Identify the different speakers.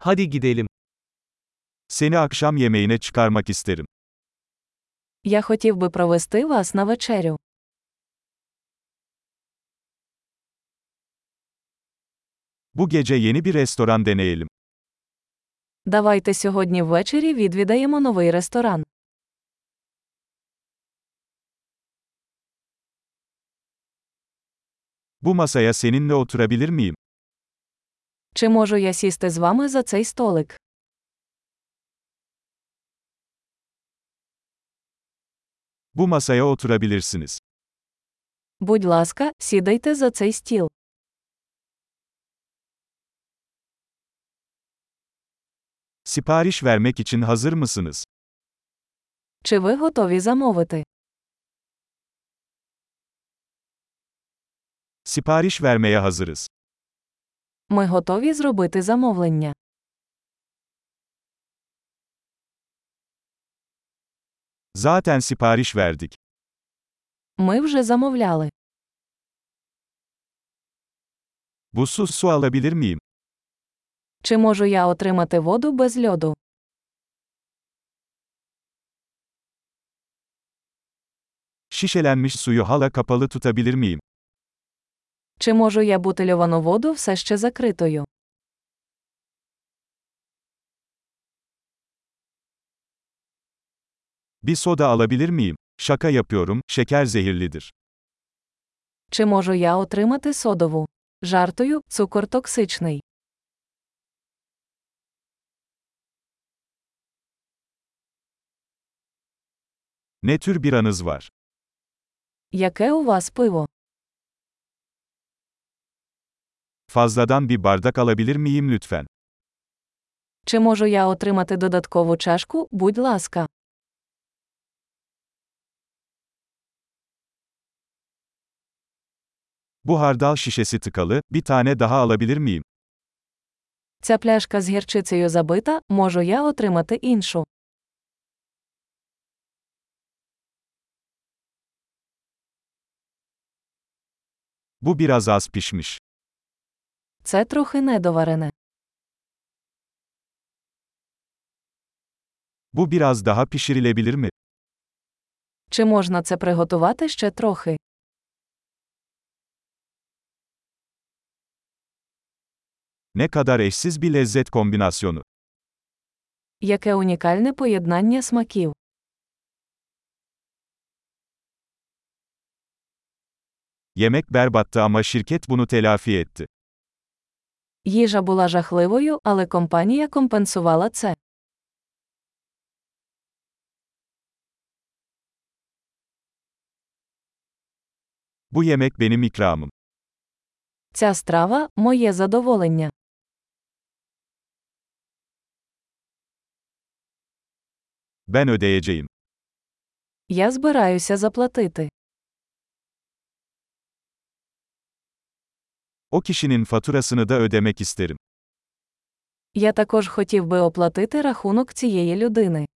Speaker 1: Hadi gidelim. Seni akşam yemeğine çıkarmak isterim.
Speaker 2: Я хотів би провести вас на вечерю.
Speaker 1: Bu gece yeni bir restoran deneyelim.
Speaker 2: Давайте сьогодні ввечері відвідаємо новий ресторан.
Speaker 1: Bu masaya seninle oturabilir miyim?
Speaker 2: Чи можу я сісти з вами за цей столик?
Speaker 1: Bu masaya oturabilirsiniz.
Speaker 2: Будь ласка, сідайте за цей стіл.
Speaker 1: Sipariş vermek için hazır mısınız?
Speaker 2: Чи ви готові замовити?
Speaker 1: Sipariş vermeye hazırız.
Speaker 2: Ми готові зробити замовлення.
Speaker 1: Zaten sipariş verdik.
Speaker 2: Ми вже замовляли.
Speaker 1: Buzsuz su alabilir miyim?
Speaker 2: Чи можу я отримати воду без льоду?
Speaker 1: Şişelenmiş suyu hala kapalı tutabilir miyim?
Speaker 2: Чи можу я бутильовану воду все ще закритою?
Speaker 1: Bir soda alabilir miyim? Şaka yapıyorum, şeker zehirlidir.
Speaker 2: Чи можу я отримати содову? Жартою, цукор токсичний.
Speaker 1: Ne tür bir anız var?
Speaker 2: Яке у вас пиво?
Speaker 1: Fazladan bir bardak alabilir miyim lütfen?
Speaker 2: Чи можу я отримати додаткову чашку, будь ласка.
Speaker 1: Bu hardal şişesi tıkalı, bir tane daha alabilir miyim?
Speaker 2: Ця пляшка з гірчицею забита, можу я отримати іншу.
Speaker 1: Bu biraz az pişmiş.
Speaker 2: Це трохи недоварене.
Speaker 1: Bu biraz daha pişirilebilir mi?
Speaker 2: Чи можна це приготувати ще трохи?
Speaker 1: Ne kadar eşsiz bir lezzet kombinasyonu.
Speaker 2: Яке унікальне поєднання смаків.
Speaker 1: Yemek berbattı ama şirket bunu telafi etti.
Speaker 2: Їжа була жахливою, але компанія компенсувала це.
Speaker 1: Bu yemek benim ikramım.
Speaker 2: Ця страва моє задоволення.
Speaker 1: Ben ödeyeceğim.
Speaker 2: Я збираюся заплатити.
Speaker 1: O kişinin faturasını da ödemek isterim.
Speaker 2: Я також хотів би оплатити рахунок цієї людини.